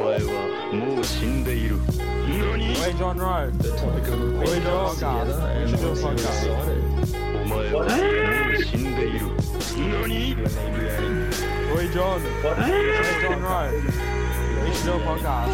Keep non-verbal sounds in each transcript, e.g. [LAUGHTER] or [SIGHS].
もう死んでいる何 Hey, John Rowe. Hey, dog. We should do a podcast. お前はもう死んでいる何 Hey, John. Hey, John Rowe. We should do a podcast.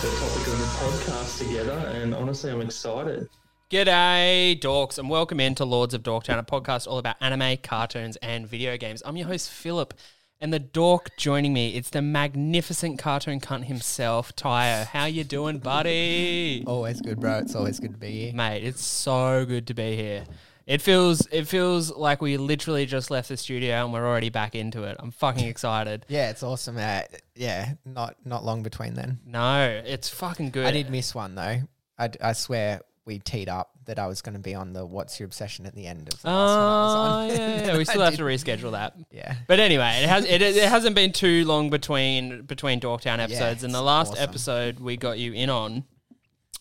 the topic of the podcast together, and honestly, I'm excited. G'day, dorks, and welcome into Lords of Dorktown, a podcast all about anime, cartoons, and video games. I'm your host, Philip, and the dork joining me, it's the magnificent cartoon cunt himself, Tyo. How you doing, buddy? Always good, bro. It's always good to be here. Mate, it's so good to be here. It feels it feels like we literally just left the studio and we're already back into it. I'm fucking excited. Yeah, it's awesome. Uh, yeah, not not long between then. No, it's fucking good. I did miss one though. I, d- I swear we teed up that I was going to be on the "What's Your Obsession" at the end of the Oh, last one I was on. [LAUGHS] yeah, yeah, we still have to reschedule that. Yeah. But anyway, it has it, it hasn't been too long between between Dorktown episodes, and the it's last awesome. episode we got you in on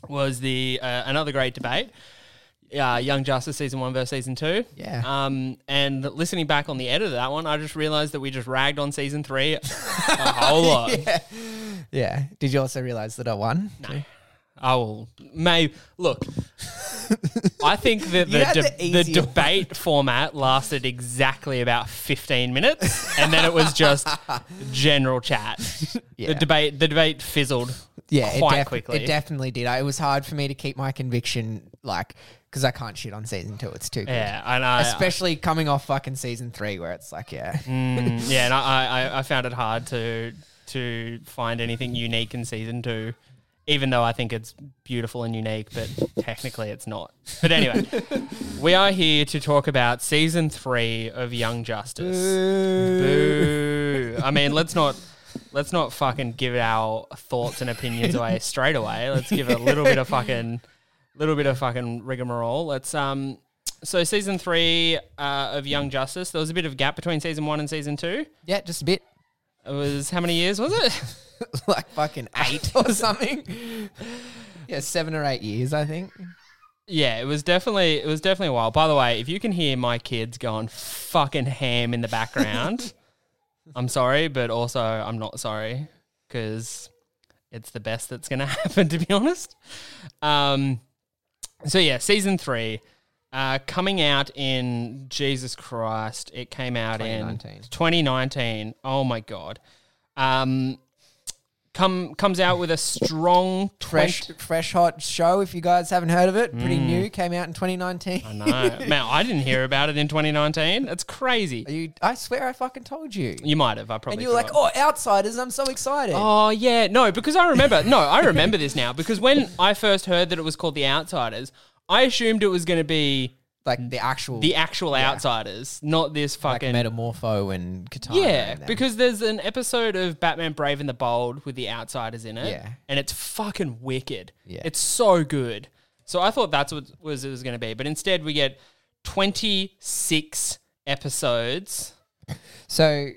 was the uh, another great debate. Uh, Young Justice season one versus season two. Yeah. Um, and listening back on the edit of that one, I just realized that we just ragged on season three a whole lot. yeah. Did you also realize that I won? No. I will. May look. I think that You the, had de- the the, easier one. debate format lasted exactly about fifteen minutes, and then it was [LAUGHS] just general chat. Yeah. The debate, the debate fizzled. Yeah, quite it def- quickly. It definitely did. I, it was hard for me to keep my conviction, like, because I can't shit on season two. It's too good. yeah, and I, uh, Especially coming off fucking season three, where it's like, yeah, mm, yeah, and I, I, I found it hard to to find anything unique in season two, even though I think it's beautiful and unique, but technically it's not. But anyway, we are here to talk about season three of Young Justice. Boo. I mean, let's not let's not fucking give our thoughts and opinions away straight away. Let's give a little bit of fucking little bit of fucking rigmarole. Let's um so season 3 uh, of Young Justice, there was a bit of gap between season 1 and season 2. yeah, just a bit [LAUGHS] It was how many years was it? like fucking eight or something. [LAUGHS] Yeah, seven or eight years, I think. Yeah, it was definitely it was definitely a while. By the way, if you can hear my kids going fucking ham in the background, I'm sorry, but also I'm not sorry because it's the best that's going to [LAUGHS] happen. To be honest, um, so yeah, season three uh, coming out in Jesus Christ. It came out in 2019. 2019. Oh my god, um, come comes out with a strong Fresh, 20 fresh hot show. If you guys haven't heard of it, pretty new. Came out in 2019. Mm. [LAUGHS] I know. Man, I didn't hear about it in 2019. That's crazy. Are you? I swear, I fucking told you. You might have. I probably. and you were like, forgot. "Oh, outsiders! I'm so excited." Oh yeah, no, because I remember. No, I remember this now because when I first heard that it was called The Outsiders, I assumed it was going to be like the actual the actual Outsiders, not this like fucking. metamorpho and katana. yeah, and them. because there's an episode of Batman Brave and the Bold with the Outsiders in it, Yeah. and it's fucking wicked. Yeah. It's so good. So I thought that's what was it was going to be, but instead we get 26 episodes so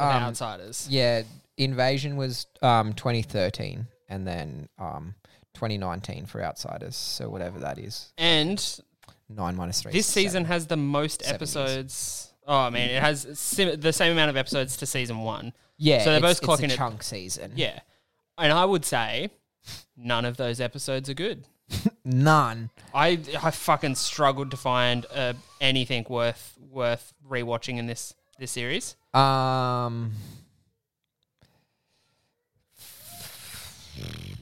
of Um, Outsiders. yeah, invasion was um 2013, and then um 2019 for outsiders. So whatever that is, And nine minus three. this is seven. season has the most Seven years. episodes. Oh man, it has sim- the same amount of episodes to season one. Yeah, so they're it's- both clocking it's at- a chunk season. Yeah, and I would say none of those episodes are good. none. I I fucking struggled to find uh, anything worth worth rewatching in this this series. Um,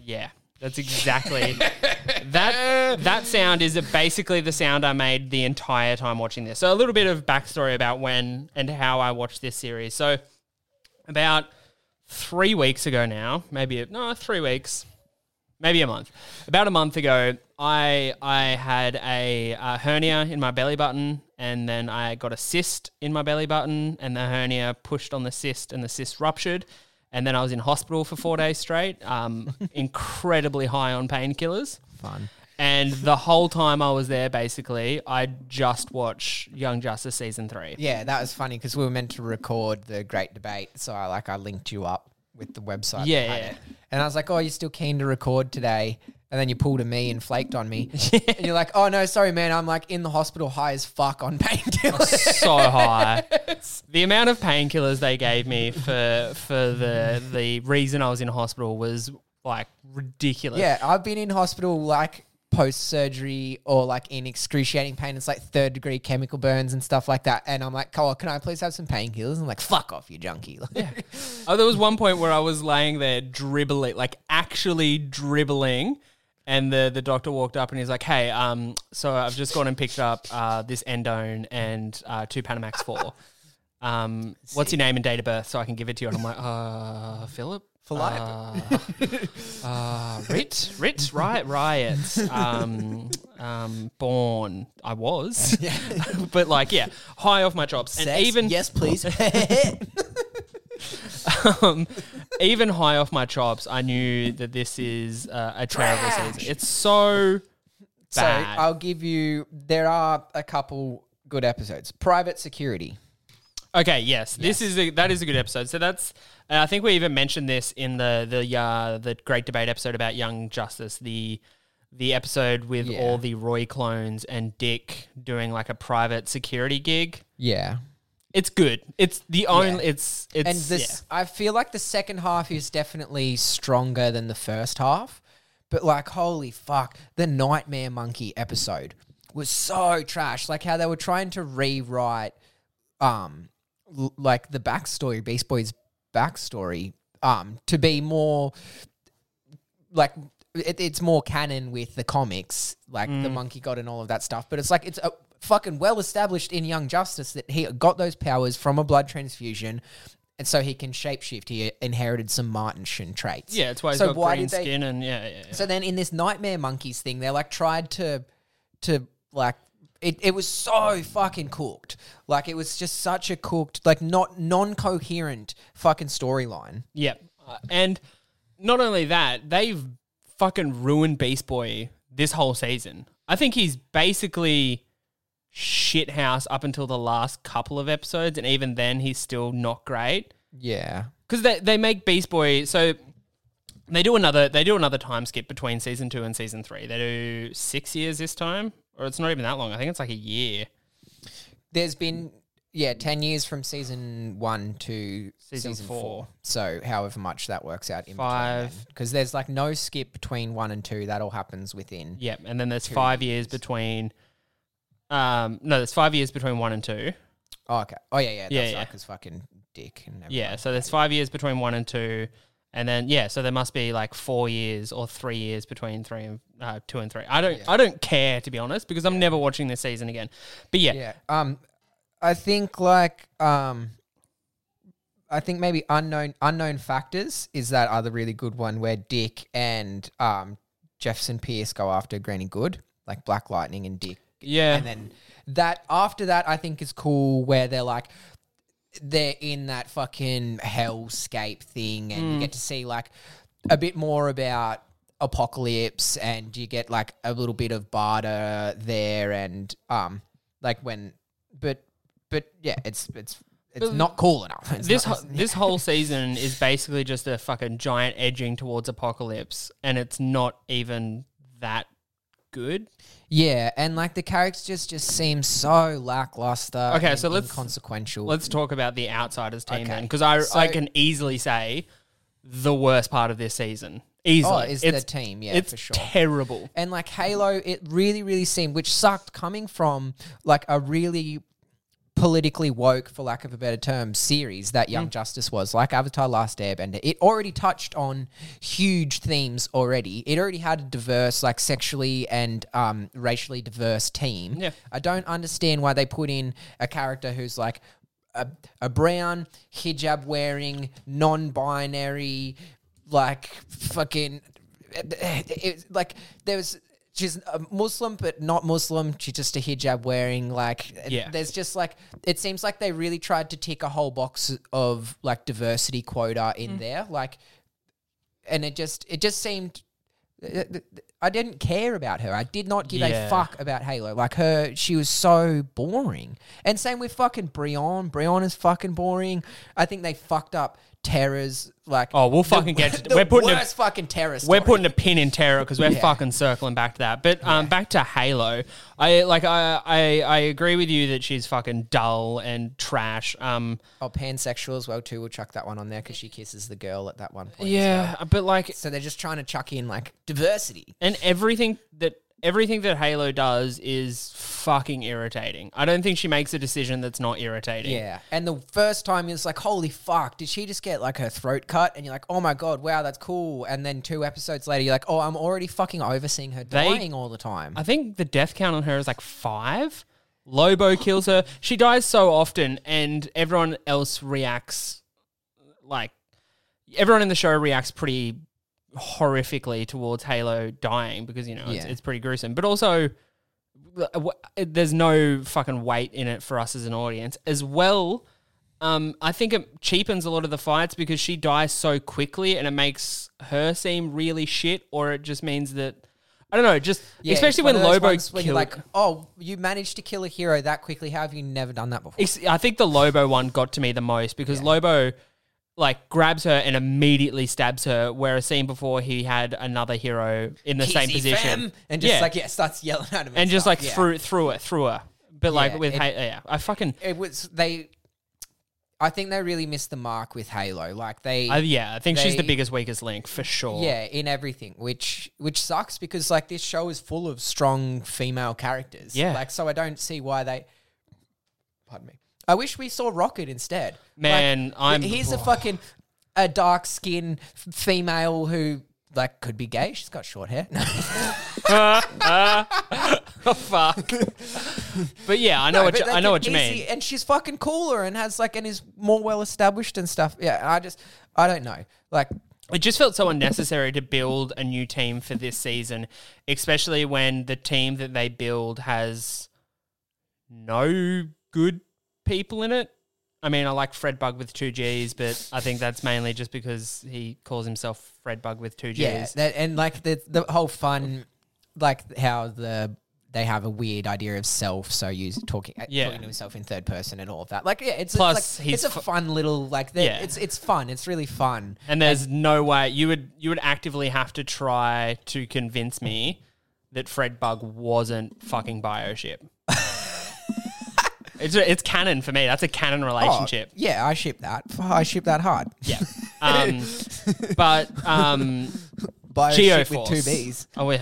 Yeah, that's exactly [LAUGHS] that. That sound is basically the sound I made the entire time watching this. So a little bit of backstory about when and how I watched this series. So about three weeks ago now, maybe no, three weeks, maybe a month. About a month ago, I I had a uh, hernia in my belly button, and then I got a cyst in my belly button, and the hernia pushed on the cyst, and the cyst ruptured. And then I was in hospital for four days straight, um, incredibly high on painkillers. fun. And the whole time I was there, basically, I just watched Young Justice season three. Yeah, that was funny because we were meant to record the great debate, so I like I linked you up with the website. that Yeah, had yeah. it. And I was like, "Oh, you're still keen to record today?" And then you pulled a me and flaked [LAUGHS] on me. And you're like, oh no, sorry, man. I'm like in the hospital high as fuck on [LAUGHS] painkillers. [LAUGHS] so high. The amount of painkillers they gave me for for the the reason I was in hospital was like ridiculous. yeah, I've been in hospital like post surgery or like in excruciating pain. It's like third degree chemical burns and stuff like that. And I'm like, oh, can I please have some painkillers? And like, fuck off, you junkie. [LAUGHS] Like, Oh, there was one point where I was laying there dribbling, like actually dribbling, and the the doctor walked up and he's like, "Hey, um, so I've just gone and picked up uh, this endone and uh, two Panamax four. Um, what's your name and date of birth so I can give it to you?" And I'm like, "Uh, Philip." Philip. Uh, uh, writ, writ, riot, riots. Um, um, born, I was, [LAUGHS] but like, yeah, high off my chops, and Sex? even yes, please. [LAUGHS] [LAUGHS] um, even high off my chops, I knew that this is uh, a terrible season. It's so So bad. I'll give you. There are a couple good episodes. Private Security. okay, yes, this is a, that is a good episode. So that's and I think we even mentioned this in the the uh, the great debate episode about Young Justice. The the episode with Yeah. all the Roy clones and Dick doing like a private security gig. Yeah. It's good. It's the only. It's it's And this, I feel like the second half is definitely stronger than the first half. But like, holy fuck, the Nightmare Monkey episode was so trash. Like how they were trying to rewrite, um, l- like the backstory, Beast Boy's backstory, um, to be more like it, it's more canon with the comics, like Mm. the Monkey God and all of that stuff. But it's like it's a fucking well established in Young Justice that he got those powers from a blood transfusion, and so he can shapeshift. He inherited some Martian traits. yeah. Yeah, it's why he's so got why green did they- skin and yeah, yeah, yeah. So then in this Nightmare Monkeys thing, they like tried to, to like. It, it was so fucking cooked. Like, it was just such a cooked, like, not non coherent fucking storyline. Yeah. Uh, and not only that, they've fucking ruined Beast Boy this whole season. I think he's basically shithouse up until the last couple of episodes, and even then, he's still not great Yeah. because they they make Beast Boy so they do another they do another time skip between season two and season three. They do six years this time, or it's not even that long. I think it's like a year. There's been, yeah, 10 years from season one to Season season, four. four. So, however much that works out in Five. Because there's like no skip between one and two. That all happens within. Yep, and then there's five years between. Um, no, there's five years between one and two. Oh, okay. Oh, yeah, yeah. That's Yeah, yeah, yeah. like his fucking dick and everything. Yeah, so there's five years between one and two, and then yeah, so there must be like four years or three years between three and uh, two and three. I don't, I don't care to be honest because I'm never watching this season again. But yeah, Yeah. Um, I think like um, I think maybe unknown unknown factors is that other really good one where Dick and um Jefferson Pierce go after Granny Good, like Black Lightning and Dick, yeah, and then that after that I think is cool where they're like they're in that fucking hellscape thing and Mm. you get to see like a bit more about apocalypse and you get like a little bit of barter there and um like when but but yeah it's it's it's But not cool enough It's this not- ho- [LAUGHS] this whole season is basically just a fucking giant edging towards apocalypse, and it's not even that good. yeah and like the characters just just seem so lackluster Okay, and so let's- inconsequential Let's talk about the outsiders team Okay. then, because I I So- can easily say the worst part of this season. Easily, oh is the team yeah it's for sure terrible. And like Halo, it really, really seemed, which sucked coming from like a really politically woke, for lack of a better term, series that Young Justice was, like Avatar Last Airbender. It already touched on huge themes already. It already had a diverse, like sexually and um, racially diverse team. Yeah. I don't understand why they put in a character who's like a, a brown hijab wearing non-binary like fucking it, like there was she's a muslim but not muslim she's just a hijab wearing like Yeah. there's just like it seems like they really tried to tick a whole box of like diversity quota in there like and it just it just seemed I didn't care about her. I did not give Yeah. a fuck about Halo. Like her, she was so boring. And same with fucking Breon. Breon is fucking boring. I think they fucked up terrors. Like, Oh, we'll fucking get to- the we're putting a- worst fucking terror. We're Story. putting a pin in terror because we're Yeah. fucking circling back to that. But um, back to Halo, I like I, I I agree with you that she's fucking dull and trash. Um, oh pansexual as well too. We'll chuck that one on there because she kisses the girl at that one point. as well. yeah, but like So they're just trying to chuck in like diversity. and everything that everything that Halo does is fucking irritating. I don't think she makes a decision that's not irritating. Yeah. And the first time it's like, holy fuck, did she just get like her throat cut? And you're like, oh my God, wow, that's cool. And then two episodes later, you're like, oh, I'm already fucking over seeing her They- dying all the time. I think the death count on her is like five. Lobo kills her. She dies so often, and everyone else reacts like everyone in the show reacts pretty horrifically towards Halo dying because you know it's, Yeah. it's pretty gruesome. But also, w- there's no fucking weight in it for us as an audience. As well, um, I think it cheapens a lot of the fights because she dies so quickly, and it makes her seem really shit, or it just means that. I don't know, just Yeah, it's especially one when of those Lobo ones when killed- you're like, oh, you managed to kill a hero that quickly. How have you never done that before? Ex- I think the Lobo one got to me the most because Lobo like grabs her and immediately stabs her, where a scene before he had another hero in the same Easy, position fam. And just Yeah. like, yeah, starts yelling at him. and just stuff, like yeah. threw threw it through her. But like Yeah, with it- Ha yeah, I fucking It was, they, I think they really missed the mark with Halo. Like, they. I, yeah, I think she's the They- biggest weakest link for sure. Yeah, in everything, which which sucks because like this show is full of strong female characters. Yeah. like so I don't see why they. Pardon me. I wish we saw Rocket instead. Man, Like, I'm- he's [SIGHS] a fucking a dark skinned female who like could be gay. She's got short hair. [LAUGHS] No, [LAUGHS] fuck. but yeah, I know what but you, they I know could what you easy- mean. And she's fucking cooler and has like and is more well established and stuff. Yeah, I just I don't know. Like It just felt so unnecessary to build a new team for this season, especially when the team that they build has no good people in it. I mean, I like Fred Bug with two G's, but I think that's mainly just because he calls himself Fred Bug with two G's. Yeah, that, and like the the whole fun, like how the they have a weird idea of self, so you talking uh, Yeah. talking to himself in third person and all of that. Like, yeah, it's Plus, it's, like, he's it's a fu- fun little like the, Yeah. it's it's fun. It's really fun. and there's no way you would you would actively have to try to convince me that Fred Bug wasn't fucking Bioship. it's it's canon for me. That's a canon Oh, relationship. yeah, I ship that. F- I ship that hard. [LAUGHS] Yeah. Um, but um, Bio ship Geoforce. with [LAUGHS] two B's. Oh yeah.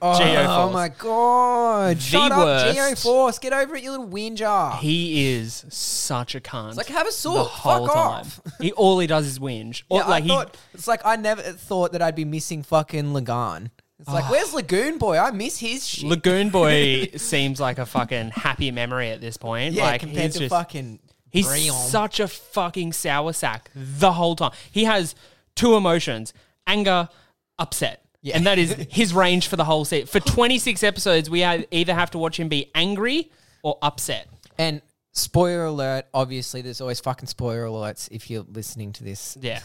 Oh, Geoforce. my god! Shut worst. up, Geoforce. Get over it, you little whinge. He is such a cunt. like, have a sword. The Fuck whole time. off. He all he does is whinge. Or, Yeah, like I he thought, it's like I never thought that I'd be missing fucking Lagan. It's like, where's Lagoon Boy? I miss his shit. Lagoon Boy [LAUGHS] seems like a fucking happy memory at this point. Yeah, like compared he's to just, fucking He's Breon. such a fucking sour sack the whole time. He has two emotions anger, upset. Yeah. And that [LAUGHS] is his range for the whole season. For 26 episodes, we ha- either have to watch him be angry or [LAUGHS] upset. and spoiler alert, obviously there's always fucking spoiler alerts if you're listening to this. Yeah.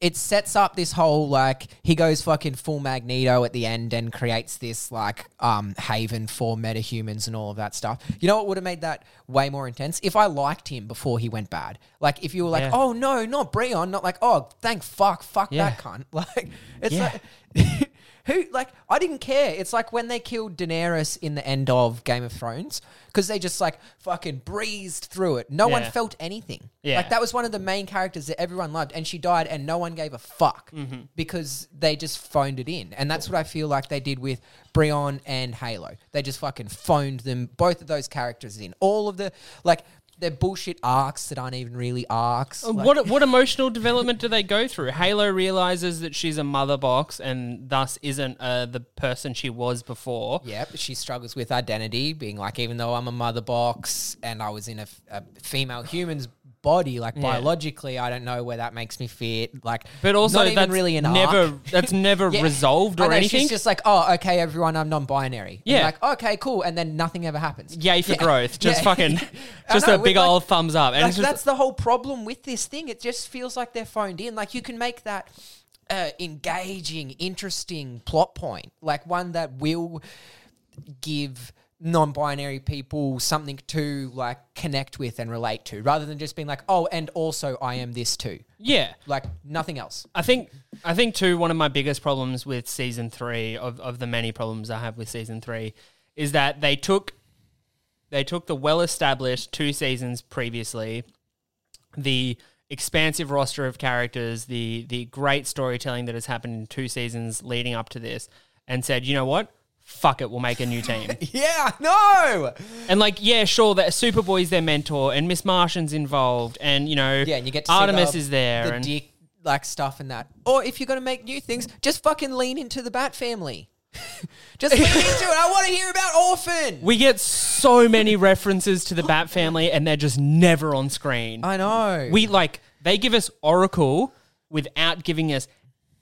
It sets up this whole like he goes fucking full magneto at the end and creates this like um haven for metahumans and all of that stuff. You know what would have made that way more intense? If I liked him before he went bad. Like if you were like, Yeah. oh no, not Breon, not like, oh thank fuck, fuck Yeah. that cunt. [LAUGHS] Like it's Yeah. like [LAUGHS] Who like I didn't care. It's like when they killed Daenerys in the end of Game of Thrones because they just like fucking breezed through it. No one Yeah. felt anything. Yeah. like that was one of the main characters that everyone loved, and she died, and no one gave a fuck Mm-hmm. because they just phoned it in, and that's what I feel like they did with Brion and Halo. They just fucking phoned them both of those characters in. All of the like they're bullshit arcs that aren't even really arcs. Like- Oh, what what emotional development do they go through? Halo realizes that she's a mother box and thus isn't uh, the person she was before. Yep, she struggles with identity, being like, even though I'm a mother box and I was in a, a female human's body, like biologically, I don't know where that makes me fit. Like, But also, not even that's really an never arc. [LAUGHS] that's never Yeah. resolved I or know, anything. She's just like, oh, okay, everyone, I'm non-binary. And Yeah. like, okay, cool, and then nothing ever happens. Yay for [LAUGHS] growth! Just Yeah. fucking, I just know, a big like- old thumbs up. And like it's just, that's the whole problem with this thing. It just feels like they're phoned in. Like you can make that uh, engaging, interesting plot point, like one that will give non-binary people something to like connect with and relate to rather than just being like oh and also i am this too Yeah. like nothing [LAUGHS] else I think I think too one of my biggest problems with season three of, of the many problems I have with season three is that they took they took the well established two seasons previously, the expansive roster of characters, the the great storytelling that has happened in two seasons leading up to this, and said, you know what? Fuck it, we'll make [LAUGHS] a new team. yeah no And like, yeah, sure, that Superboy's their mentor, and Miss Martian's involved, and you know, yeah and you get to see Artemis the- is there, the and dick like stuff and that or if you're going to make new things just fucking lean into the bat family [LAUGHS] just lean into it i want to hear about orphan we get so many references to the Bat Family, and they're just never on screen. i know we like they give us Oracle without giving us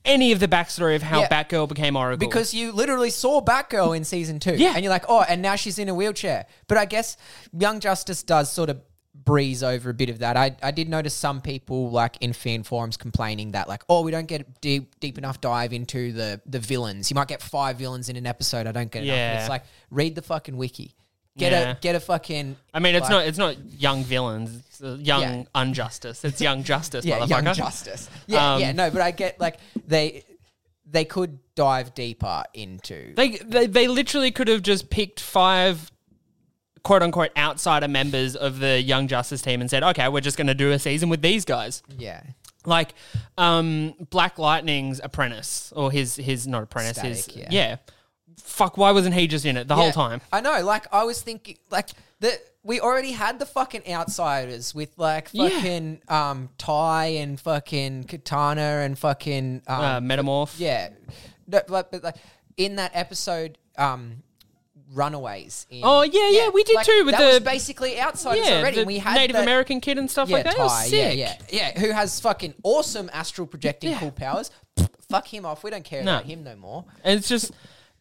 any of the backstory of how Yeah. Batgirl became Oracle. because you literally saw Batgirl in season two. Yeah. And you're like, oh, and now she's in a wheelchair. But I guess Young Justice does sort of breeze over a bit of that. I, I did notice some people like in fan forums complaining that like, oh, we don't get deep deep enough dive into the the villains. You might get five villains in an episode. I don't get enough. And Yeah. It's like read the fucking wiki. Get Yeah. a get a fucking I mean, it's like- not it's not young villains, it's uh, young unjustice. It's young justice, [LAUGHS] yeah, motherfucker. Young Justice. Yeah, Um, yeah, no, but I get like they they could dive deeper into They, they they literally could have just picked five quote unquote outsider members of the Young Justice team and said, okay, we're just going to do a season with these guys. yeah. Like um, Black Lightning's apprentice or his his not apprentice his Static, yeah. yeah. Fuck, why wasn't he just in it the whole Yeah, time? I know. Like I was thinking, like the we already had the fucking outsiders with like Yeah. fucking um Ty and fucking Katana and fucking um, Uh, Metamorph. yeah, no, but, but like in that episode um. Runaways. In, Oh, yeah, yeah, we did too with that was the- basically outsiders Yeah, already. the we had Native that- American kid and stuff yeah, like that. That was Ty, yeah, sick. yeah, yeah, who has fucking awesome astral projecting Yeah. cool powers. Fuck him off. We don't care No. about him no more. And it's just,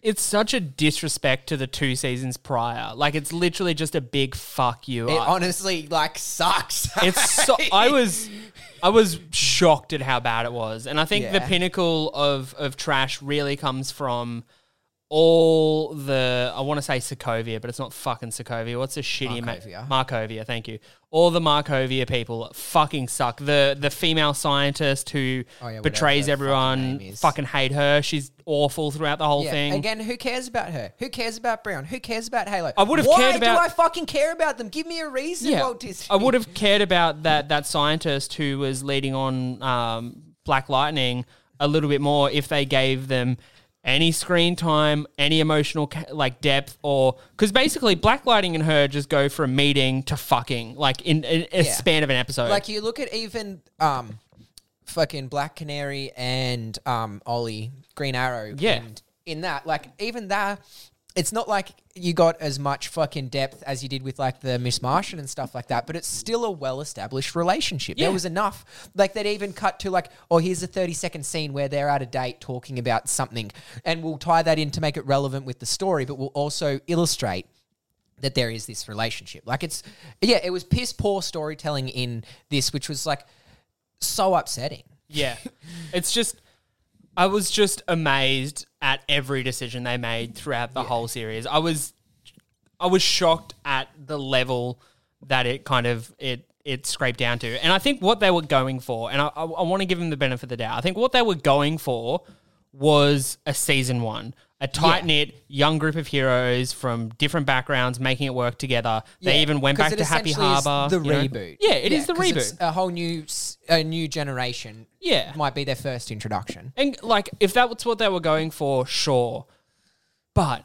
it's such a disrespect to the two seasons prior. Like, it's literally just a big fuck you. It up. honestly like sucks. It's so [LAUGHS] I was I was shocked at how bad it was. And I think the Yeah. pinnacle of of trash really comes from all the I want to say Sokovia, but it's not fucking Sokovia. What's a shitty ma- Markovia. Markovia, thank you. All the Markovia people fucking suck. The the female scientist who Oh, yeah, whatever betrays her fucking everyone name fucking, is. hate her. She's awful throughout the whole Yeah. thing. Again, who cares about her? Who cares about Brown? Who cares about Halo? I would've Why cared about- do I fucking care about them? Give me a reason, Walt Disney. I would have cared about that that scientist who was leading on um, Black Lightning a little bit more if they gave them any screen time, any emotional ca- like depth, or because basically Black Lightning and her just go from meeting to fucking like in, in a Yeah. span of an episode. Like you look at even um, fucking Black Canary and um Ollie Green Arrow. Yeah. And in that, like even that, it's not like you got as much fucking depth as you did with like the Miss Martian and stuff like that. But it's still a well-established relationship. Yeah. There was enough. Like they'd even cut to like, oh, here's a thirty-second scene where they're at a date talking about something, and we'll tie that in to make it relevant with the story, but we'll also illustrate that there is this relationship. Like it's yeah, it was piss poor storytelling in this, which was like so upsetting. yeah, it's just I was just amazed at every decision they made throughout the whole series. I was I was shocked at the level that it kind of it it scraped down to. And I think what they were going for, and I, I, I want to give them the benefit of the doubt. I think what they were going for was a season one, a tight knit young group of heroes from different backgrounds making it work together. They Yeah, even went 'cause back it to Happy essentially is Harbor. the you know? reboot. Yeah, it is the 'cause it's reboot. A whole new s- a new generation. Yeah. might be their first introduction. And like, if that was what they were going for, sure. But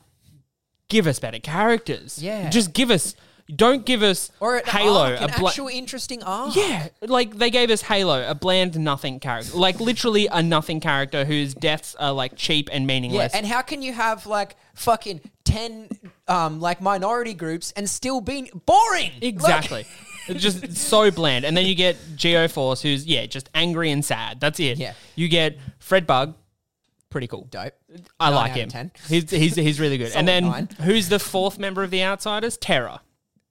give us better characters. Yeah. Just give us. Don't give us Or an Halo. arc, an bla- actual interesting arc. yeah, like they gave us Halo, a bland nothing character, like literally a nothing character whose deaths are like cheap and Yeah, meaningless. and how can you have like fucking ten um like minority groups and still be boring? Like- exactly. [LAUGHS] It's just so bland. And then you get Geoforce, who's yeah, just angry and sad. That's it. Yeah. You get Fred Bug, pretty cool. dope. I Nine like out of him. 10. He's, he's he's really good. Solid and then nine. who's the fourth member of the Outsiders? Terra.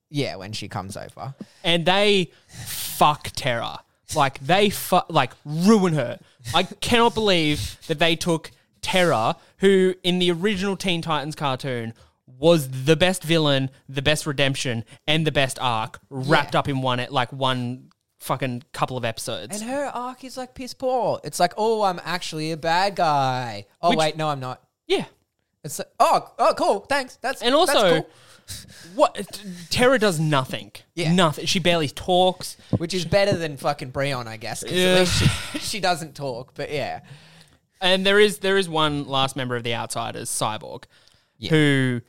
Yeah, when she comes over. and they fuck Terra. Like they fu- like ruin her. I cannot believe that they took Terra, who in the original Teen Titans cartoon was the best villain, the best redemption, and the best arc wrapped up in one at like one fucking couple of episodes. And her arc is like piss poor. It's like, oh, I'm actually a bad guy. Oh Which- wait, no, I'm not. yeah. It's like, oh, oh, cool. Thanks. That's And also, that's cool. what Tara does nothing. Yeah. Nothing. She barely talks. which is better than fucking Breon, I guess. 'cause at Yeah. least she, she doesn't talk, but yeah, And there is there is one last member of the Outsiders, Cyborg, who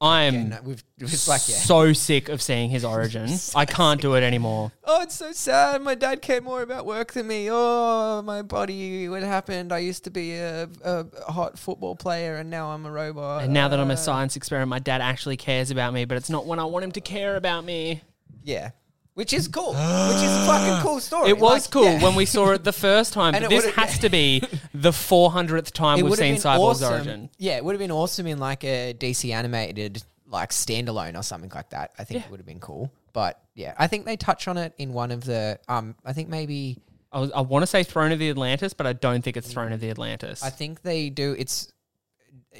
I am and we've it's like yeah. so sick of seeing his origin. [LAUGHS] I can't do it anymore. Oh, it's so sad. My dad cared more about work than me. Oh, my body. What happened? I used to be a, a hot football player, and now I'm a robot. And now that I'm a science experiment, my dad actually cares about me, but it's not when I want him to care about me. yeah, which is cool. which is a [GASPS] fucking cool story. It was Like, cool yeah. when we saw it the [LAUGHS] first time, And but it this would've- has to [LAUGHS] be the 400th time we've would've seen been Cyborg's awesome. origin. Yeah, it would have been awesome in like a DC animated like standalone or something like that. I think it would have been cool. But yeah, I think they touch on it in one of the um I think maybe I, was- I want to say Throne of the Atlantis, but I don't think it's Throne of the Atlantis. I think they do it's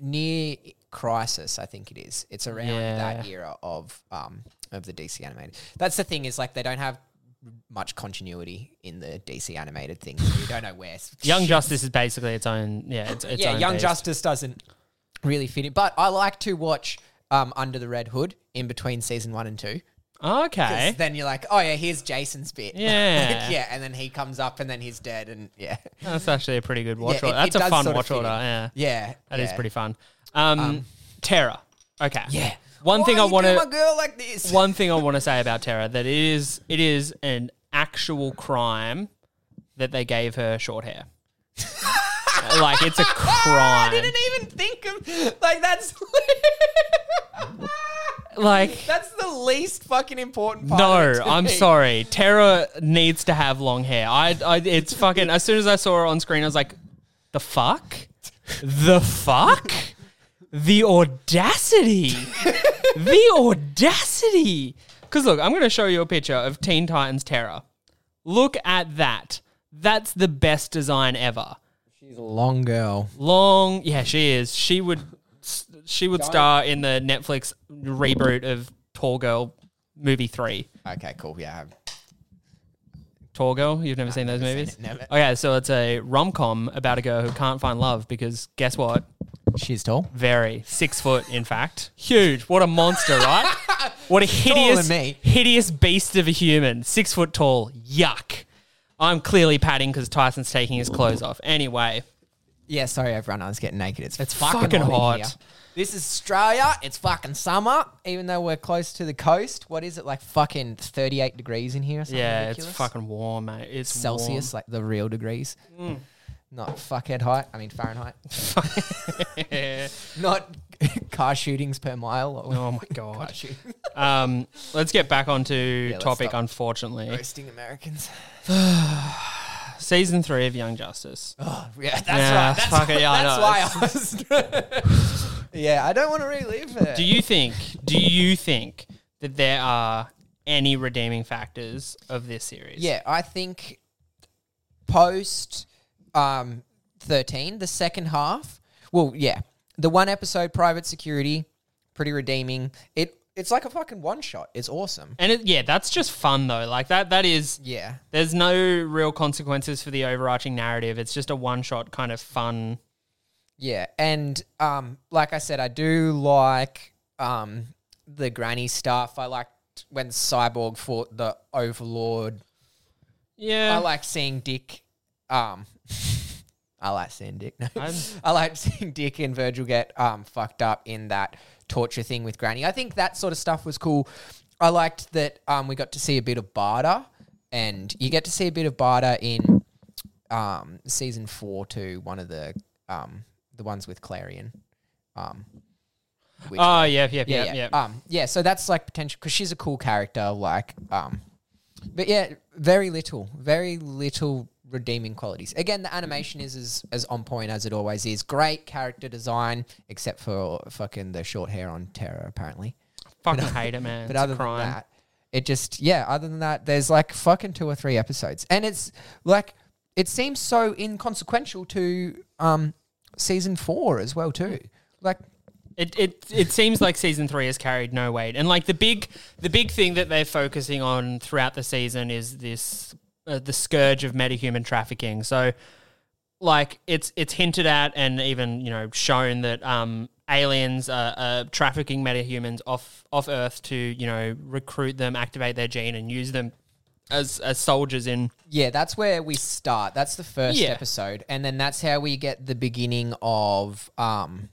near Crisis, I think it is. It's around that Yeah. era of um of the DC animated. That's the thing is like they don't have much continuity in the DC animated thing. So you don't know where [LAUGHS] Young Justice is basically its own. Yeah, it's, its yeah, own Young beast. Justice doesn't really fit in. But I like to watch um, Under the Red Hood in between season one and two. 'Cause Okay. Then you're like, oh yeah, here's Jason's bit. [LAUGHS] Yeah. yeah, and then he comes up and then he's dead and yeah. [LAUGHS] That's actually a pretty good watch Yeah, it- order. That's it a does fun sort of watch fit order. in. Yeah. Yeah. that is yeah. pretty fun. Um, Terra. Okay. Yeah. Oh, One thing I want to to. my girl like this. one thing I want to say about Tara that it is it is an actual crime that they gave her short hair. [LAUGHS] like it's a Ah, [LAUGHS] I crime. didn't even think of like that's [LAUGHS] Like that's the least fucking important part. of it no, to I'm me. sorry. Tara needs to have long hair. I, I it's fucking as soon as I saw her on screen I was like the fuck? The fuck? The audacity. the audacity. Cuz look, I'm going to show you a picture of Teen Titans Tara. Look at that. That's the best design ever. She's a long girl. Long, yeah, she is. She would she would star in the Netflix reboot of Tall Girl movie 3. Okay, cool. Yeah. Tall Girl. You've never seen those seen movies? it, never. Okay, so it's a rom com about a girl who can't find love because guess what? She's tall. Very six foot, in fact, huge. What a monster, right? [LAUGHS] What a hideous, than me. hideous beast of a human. Six foot tall. Yuck. I'm clearly padding because Tyson's taking his clothes off. Anyway, Yeah, sorry everyone, I was getting naked. It's, It's fucking, fucking hot. in hot. here. This is Australia. It's fucking summer, even though we're close to the coast. What is it like? Fucking thirty-eight degrees in here. Or something yeah, ridiculous? it's fucking warm, mate. It's Celsius, like the real degrees. Not fuckhead height. I mean Fahrenheit. [LAUGHS] warm. Not [LAUGHS] car shootings per mile. Or oh my god. car [LAUGHS] shooting. Um, let's get back onto let's topic. stop. Unfortunately, Roasting Americans. season three of Young Justice. Oh, [LAUGHS] yeah, that's Yeah, right. That's, fuck it, yeah, I that's know. why I was. [LAUGHS] yeah, I don't want to relive it. Do you think? Do you think that there are any redeeming factors of this series? Yeah, I think post um, 13, the second half. Well, yeah, the one episode private security, pretty redeeming. It it's like a fucking one shot. It's awesome. and it, yeah, that's just fun though. Like that. That is. Yeah, There's no real consequences for the overarching narrative. It's just a one-shot kind of fun. yeah, and um, like I said, I do like um the granny stuff. I liked when Cyborg fought the Overlord. I Yeah. like seeing Dick. Um, [LAUGHS] I like seeing Dick. No. I'm- [LAUGHS] I like seeing Dick and Virgil get um, fucked up in that torture thing with Granny. I think that sort of stuff was cool. I liked that um, we got to see a bit of Barter, and you get to see a bit of Barter in um, season four too. One of the um, the ones with Clarion. Um, which- oh yeah, yeah, yeah, yeah, yeah. Um, yeah, so that's like potential because she's a cool character. Like, um, but yeah, very little, very little redeeming qualities. Again, the animation is as, as on point as it always is. Great character design, except for fucking the short hair on Terra, apparently. Fucking hate it, man. But it's other a crime. than that, it just yeah. Other than that, there's like fucking two or three episodes, and it's like it seems so inconsequential to um season four as well too. Like It, it it seems like season three has carried no weight, and like the big the big thing that they're focusing on throughout the season is this uh, the scourge of metahuman trafficking. So, like it's it's hinted at and even you know shown that um, aliens are, are trafficking metahumans off off Earth to you know recruit them, activate their gene, and use them as as soldiers in Yeah, that's where we start. That's the first Yeah. episode, and then that's how we get the beginning of um,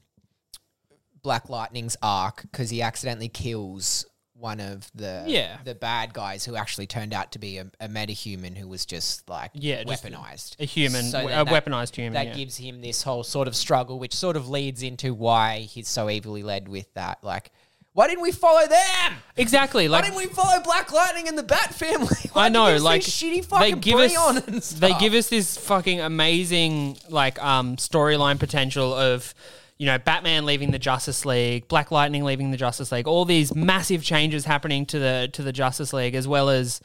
Black Lightning's arc because he accidentally kills one of the Yeah. the bad guys who actually turned out to be a, a metahuman who was just like Yeah, just weaponized. a human, So a then that- weaponized human. that yeah. gives him this whole sort of struggle, which sort of leads into why he's so evilly led with that. Like, why didn't we follow them? exactly Why like didn't we follow Black Lightning and the Bat Family? [LAUGHS] Why I did know, you say like shitty fucking they give [LAUGHS] Breon us, and stuff? they give us this fucking amazing like um storyline potential of you know Batman leaving the Justice League, Black Lightning leaving the Justice League, all these massive changes happening to the to the Justice League, as well as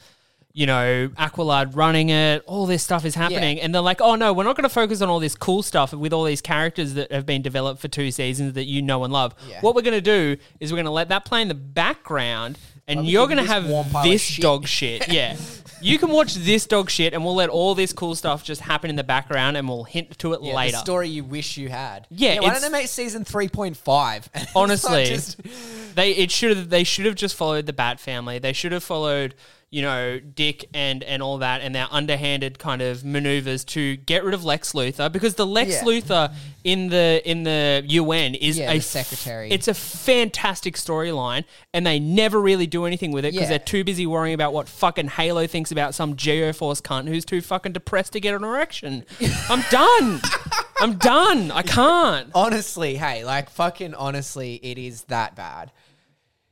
you know Aqualad running it. All this stuff is happening, and they're like, oh no, we're not going to focus on all this cool stuff with all these characters that have been developed for two seasons that you know and love. Yeah. What we're going to do is we're going to let that play in the background. And we you're give gonna this have warm pile of this shit. dog dog shit. Yeah. You can watch this dog shit and we'll let all this cool stuff just happen in the background and we'll hint to it Yeah, later. The story you wish you had. Yeah, why don't it's- they make season three point five? [LAUGHS] Honestly, they it should have they should have just followed the Bat family. They should have followed, you know, Dick and and all that and their underhanded kind of maneuvers to get rid of Lex Luthor because the Lex Yeah. Luthor in the in the UN is Yeah, a the f- secretary. it's a fantastic storyline and they never really do anything with it because Yeah. they're too busy worrying about what fucking Halo thinks about some Geoforce cunt who's too fucking depressed to get an [LAUGHS] erection. I'm done. I'm done. I can't. honestly, hey, like fucking honestly, it is that bad.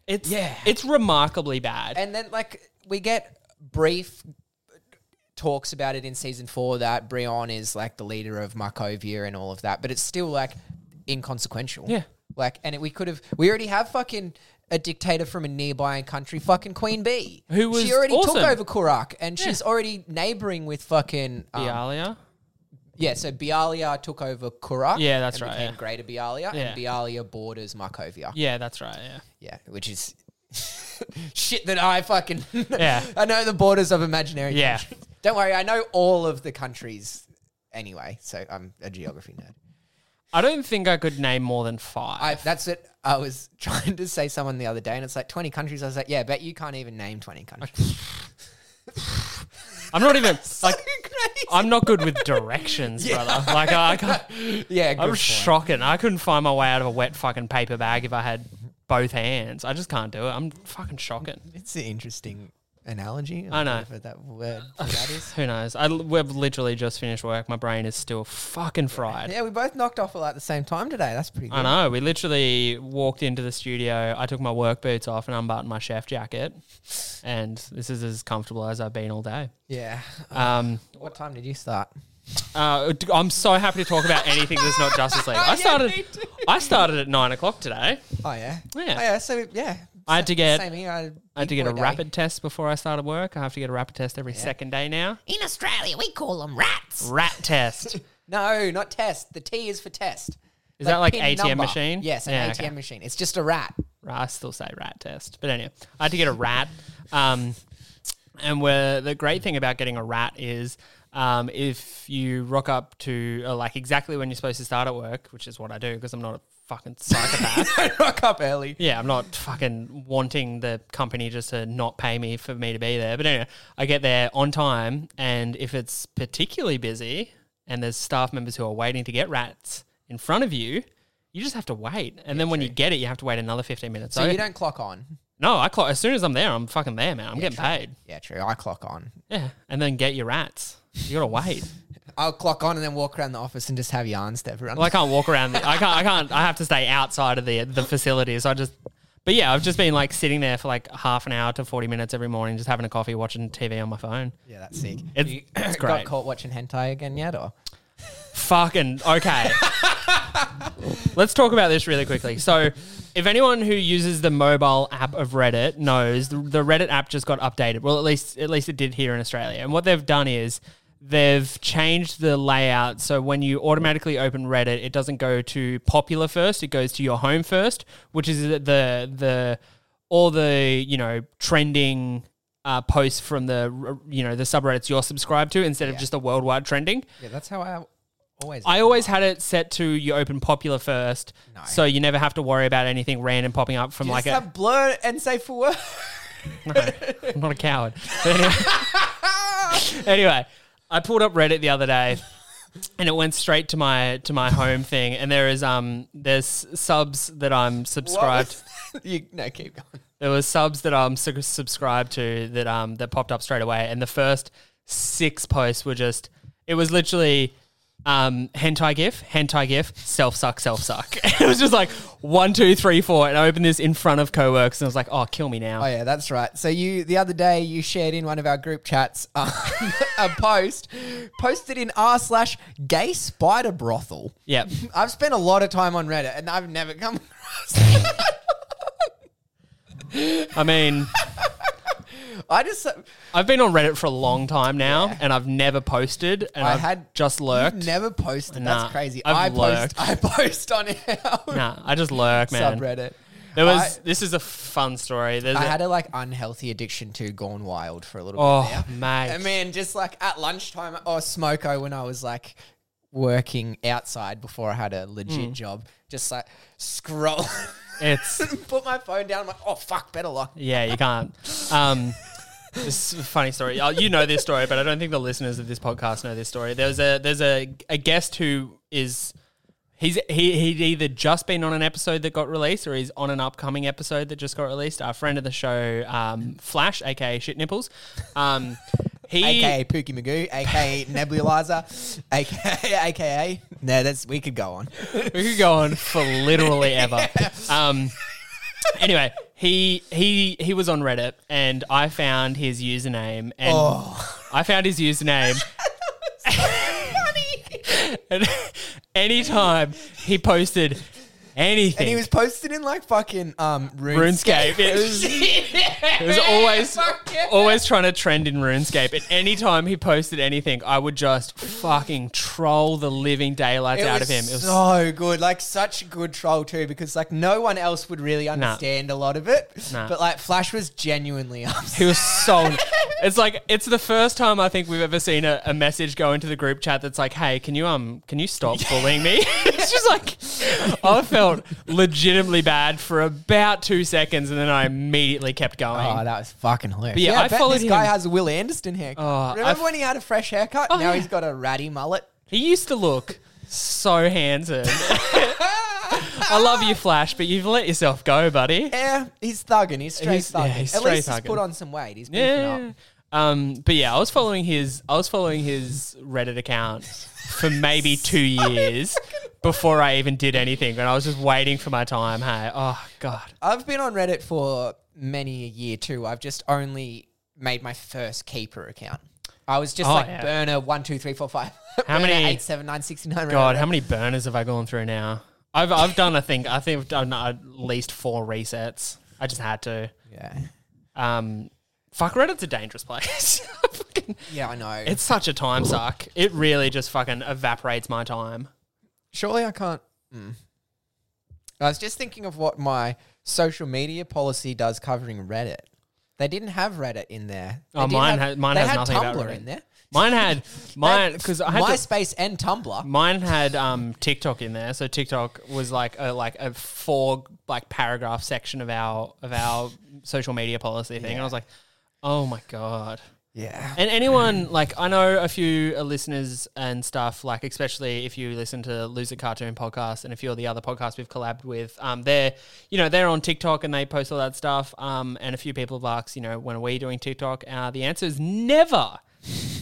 It's Yeah. it's remarkably bad. And then like we get brief talks about it in season four that Breon is like the leader of Markovia and all of that, but it's still like inconsequential. Yeah. Like and it, we could have we already have fucking a dictator from a nearby country, fucking Queen Bee. Who was she already took awesome. over Kurak and she's already neighboring with fucking um, Bialia. Yeah, so Bialia took over Kurak. Yeah, that's and right, Became yeah. Greater Bialia, Yeah. and Bialia borders Markovia. Yeah, that's right. Yeah. Yeah, which is [LAUGHS] shit that I fucking [LAUGHS] Yeah. I know the borders of imaginary. Yeah. countries. Don't worry, I know all of the countries anyway, so I'm a geography nerd. I don't think I could name more than five. I that's it. I was [LAUGHS] trying to say someone the other day, and it's like 20 countries. I was like, yeah, bet you can't even name 20 countries. I'm not even [LAUGHS] like [LAUGHS] Crazy. I'm not good with directions, [LAUGHS] brother. Like I, I can't, yeah, good I'm point. shocking. I couldn't find my way out of a wet fucking paper bag if I had both hands. I just can't do it. I'm fucking shocking. It's an interesting analogy. I know. whatever [LAUGHS] that word for that is. Who knows? I, we've literally just finished work. My brain is still fucking fried. Yeah, we both knocked off all at the same time today. That's pretty. Good. I know. We literally walked into the studio. I took my work boots off and unbuttoned my chef jacket, and this is as comfortable as I've been all day. Yeah. Um, What time did you start? Uh, d- I'm so happy to talk about anything that's not Justice [LAUGHS] League. I started. I started at nine o'clock today. Oh yeah. Yeah. Oh, yeah. So yeah. I had to get. Same here. I, I had to get a boy day. rapid test before I started work. I have to get a rapid test every second day now. In Australia, we call them rats. [LAUGHS] Rat test. Is No, not test. The T is for test. Is that like ATM machine? Yes, an Yeah, ATM okay. machine. It's just a rat. [LAUGHS] I still say rat test, but anyway, I had to get a rat. Um, and where the great thing about getting a rat is, um, if you rock up to uh, like exactly when you're supposed to start at work, which is what I do because I'm not a fucking psychopath. Rock up early. Yeah, I'm not fucking wanting the company just to not pay me for me to be there. But anyway, I get there on time, and if it's particularly busy and there's staff members who are waiting to get rats in front of you, you just have to wait. And then when you get it, you have to wait another 15 minutes. So So you don't clock on. no, I clock as soon as I'm there, I'm fucking there, man. I'm getting paid. Yeah, true. I clock on. Yeah, and then get your rats. You gotta wait. I'll clock on and then walk around the office and just have yarns to everyone. Well, I can't walk around. The, I can't. I can't. I have to stay outside of the the facility. So I just. But yeah, I've just been like sitting there for like half an hour to forty minutes every morning, just having a coffee, watching TV on my phone. [LAUGHS] yeah, that's sick. It's, You it's [COUGHS] Got great. caught watching hentai again yet? Or Fucking okay. Let's talk about this really quickly. So, if anyone who uses the mobile app of Reddit knows, the, the Reddit app just got updated. Well, at least at least it did here in Australia. And what they've done is they've changed the layout so when you automatically open Reddit, it doesn't go to popular first; it goes to your home first, which is the the all the you know trending uh, posts from the you know the subreddits you're subscribed to instead of just the worldwide trending. Yeah, that's how I always. I always had it set to you open popular first, No. so you never have to worry about anything random popping up from just like a. have blur and say for work. I'm not a coward. But [LAUGHS] anyway, anyway, I pulled up Reddit the other day, and it went straight to my to my home thing. And there is um there's subs that I'm subscribed. [LAUGHS] you, no, keep going. There was subs that I'm su- subscribed to that um that popped up straight away. And the first six posts were just it was literally. Um, hentai gif, hentai gif, self suck, self suck. [LAUGHS] it was just like one, two, three, four, and I opened this in front of coworkers, and I was like, "Oh, kill me now!" Oh yeah, that's right. So you the other day you shared in one of our group chats [LAUGHS] um, a post posted in r slash gay spider brothel. Yep. I've spent a lot of time on Reddit and I've never come [LAUGHS] across. that. I mean, [LAUGHS] I just I've been on Reddit for a long time now, and I've never posted, and I I have had- had just lurked. never posted. Nah, that's crazy. I've I post. lurked. I post on our nah, I just lurk, man. subreddit. There was I- this is a fun story. There's I a- had a like unhealthy addiction to Gone Wild for a little bit. oh there. mate, And man, just like at lunchtime or smoko when I was like working outside before I had a Mm. legit job, just like scroll, [LAUGHS] it's put my phone down. I'm like, oh fuck, better lock. yeah, you can't. Um, this is a funny story. Oh, You know this story, but I don't think the listeners of this podcast know this story. There's a there's a, a guest who is he's he he'd either just been on an episode that got released or he's on an upcoming episode that just got released. Our friend of the show, um, Flash, aka Shit Nipples, um, [LAUGHS] he [LAUGHS] AKA Pookie Magoo, AKA Nebulizer, AKA AKA. No, that's we could go on. we could go on for literally ever. Um, anyway, he he he was on Reddit, and I found his username, and Oh. I found his username. [LAUGHS] and anytime he posted anything, [LAUGHS] And he was posted in like fucking um RuneScape. RuneScape. It was, [LAUGHS] it was [LAUGHS] always always trying to trend in RuneScape. And anytime he posted anything, I would just fucking troll the living daylights out of him. It was so good, like such good troll too, because like no one else would really understand a lot of it. Nah. But like Flash was genuinely [LAUGHS] upset. He was so. it's like it's the first time I think we've ever seen a, a message go into the group chat that's like, "Hey, can you um, can you stop bullying me?" [LAUGHS] it's just like I felt legitimately bad for about two seconds, and then I immediately kept going. [LAUGHS] Oh, that was fucking hilarious. yeah, I, I bet followed this guy him. has a Will Anderson haircut. Oh, Remember I- when he had a fresh haircut? now yeah. he's got a ratty mullet. He used to look so handsome. I love you, Flash, but you've let yourself go, buddy. Yeah, Eh, he's thugging. He's straight He's- yeah, thugging. he's At straight least he's thugging. put on some weight. He's beefing Yeah. up. Um, but yeah, I was following his I was following his Reddit account for maybe two years before I even did anything, and I was just waiting for my time. Hey, oh god, I've been on Reddit for many a year too. I've just only made my first keeper account. I was just Oh, like yeah. burner one two three four five. [LAUGHS] How burner many- eight seven nine sixty nine? god, how many burners have I gone through now? I've I've done I think I think I've done at least four resets. I just had to. Yeah, Um, fuck, Reddit's a dangerous place. [LAUGHS] Fucking- yeah, I know. it's such a time suck. It really just fucking evaporates my time. Surely I can't. Mm. I was just thinking of what my social media policy does covering Reddit. They didn't have Reddit in there. They Oh, did mine have- ha- mine they has had nothing Tumblr about Reddit. in there. Mine had mine And because I had to- MySpace and Tumblr. Mine had um, TikTok in there, so TikTok was like a like a four like paragraph section of our of our social media policy thing, and I was like, oh my god. yeah. And anyone like I know a few uh, listeners and stuff like especially if you listen to Loser Cartoon podcast and a few of the other podcasts we've collabed with, um, they're you know they're on TikTok and they post all that stuff. Um, and a few people have asked, you know, when are we doing TikTok? Uh, the answer is never.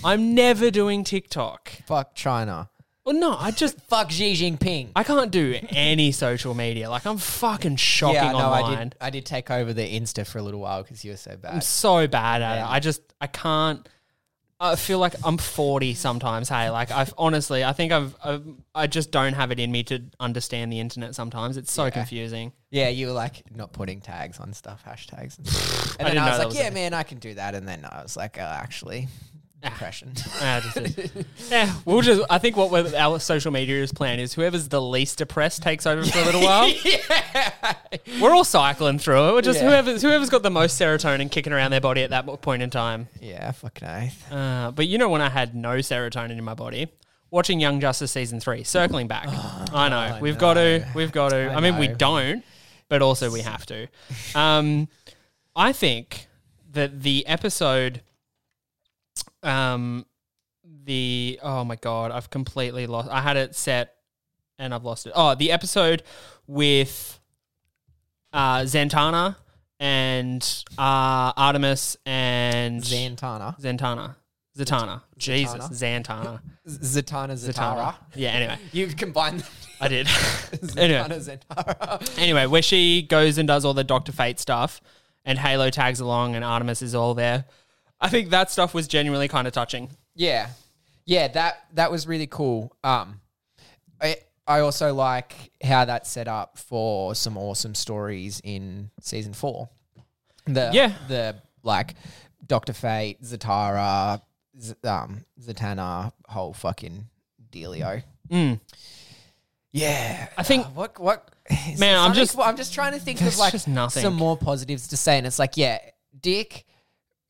I'm never doing TikTok. [LAUGHS] Fuck China. Well, no, I just [LAUGHS] Fuck Xi Jinping. I can't do any social media. Like I'm fucking shocking yeah, no, online. I did. I did take over the Insta for a little while because you were so I'm bad. so bad at it. I just I can't. I feel like I'm 40 sometimes. Hey, like I've honestly, I think I've, I've I just don't have it in me to understand the internet. Sometimes it's so confusing. Yeah, you were like not putting tags [LAUGHS] on stuff, hashtags, and, stuff. and I then didn't know I, was that like, was yeah, a- man, I can do that. And then I was like, oh, "Uh, actually, impression. Ah, just it. yeah, we'll just. I think what we're, our social media's plan is whoever's the least depressed takes over for a little while. We're all cycling through it. We're just Yeah. whoever's whoever's got the most serotonin kicking around their body at that point in time. [LAUGHS] yeah, fucking oath. Uh, but you know when I had no serotonin in my body. Watching Young Justice season three, circling back. Oh, I know we've got to, we've got to. I, mean, we know. don't, but also we have to. Um, I think that the episode, um, the oh my god, I've completely lost. I had it set, and I've lost it. Oh, the episode with uh, Zantana and uh, Artemis and Zantana. Zantana. Zatanna. Jesus. Zantana. Z- Zatanna Zatara. Zatanna. Yeah, anyway. You've combined [LAUGHS] [LAUGHS] I did. anyway. Zatanna [LAUGHS] Zantara. anyway, where she goes and does all the Doctor Fate stuff and Halo tags along and Artemis is all there. I think that stuff was genuinely kind of touching. [LAUGHS] Yeah, yeah that that was really cool. Um, I I also like how that's set up for some awesome stories in season four. The Yeah. the like Doctor Fate, Zatara, Z- um, Zatanna, whole fucking dealio. Mm. Yeah, I think- Uh, what what [LAUGHS] Man, I'm something- just- I'm just trying to think of There's like just nothing. some more positives to say, and it's like yeah, Dick,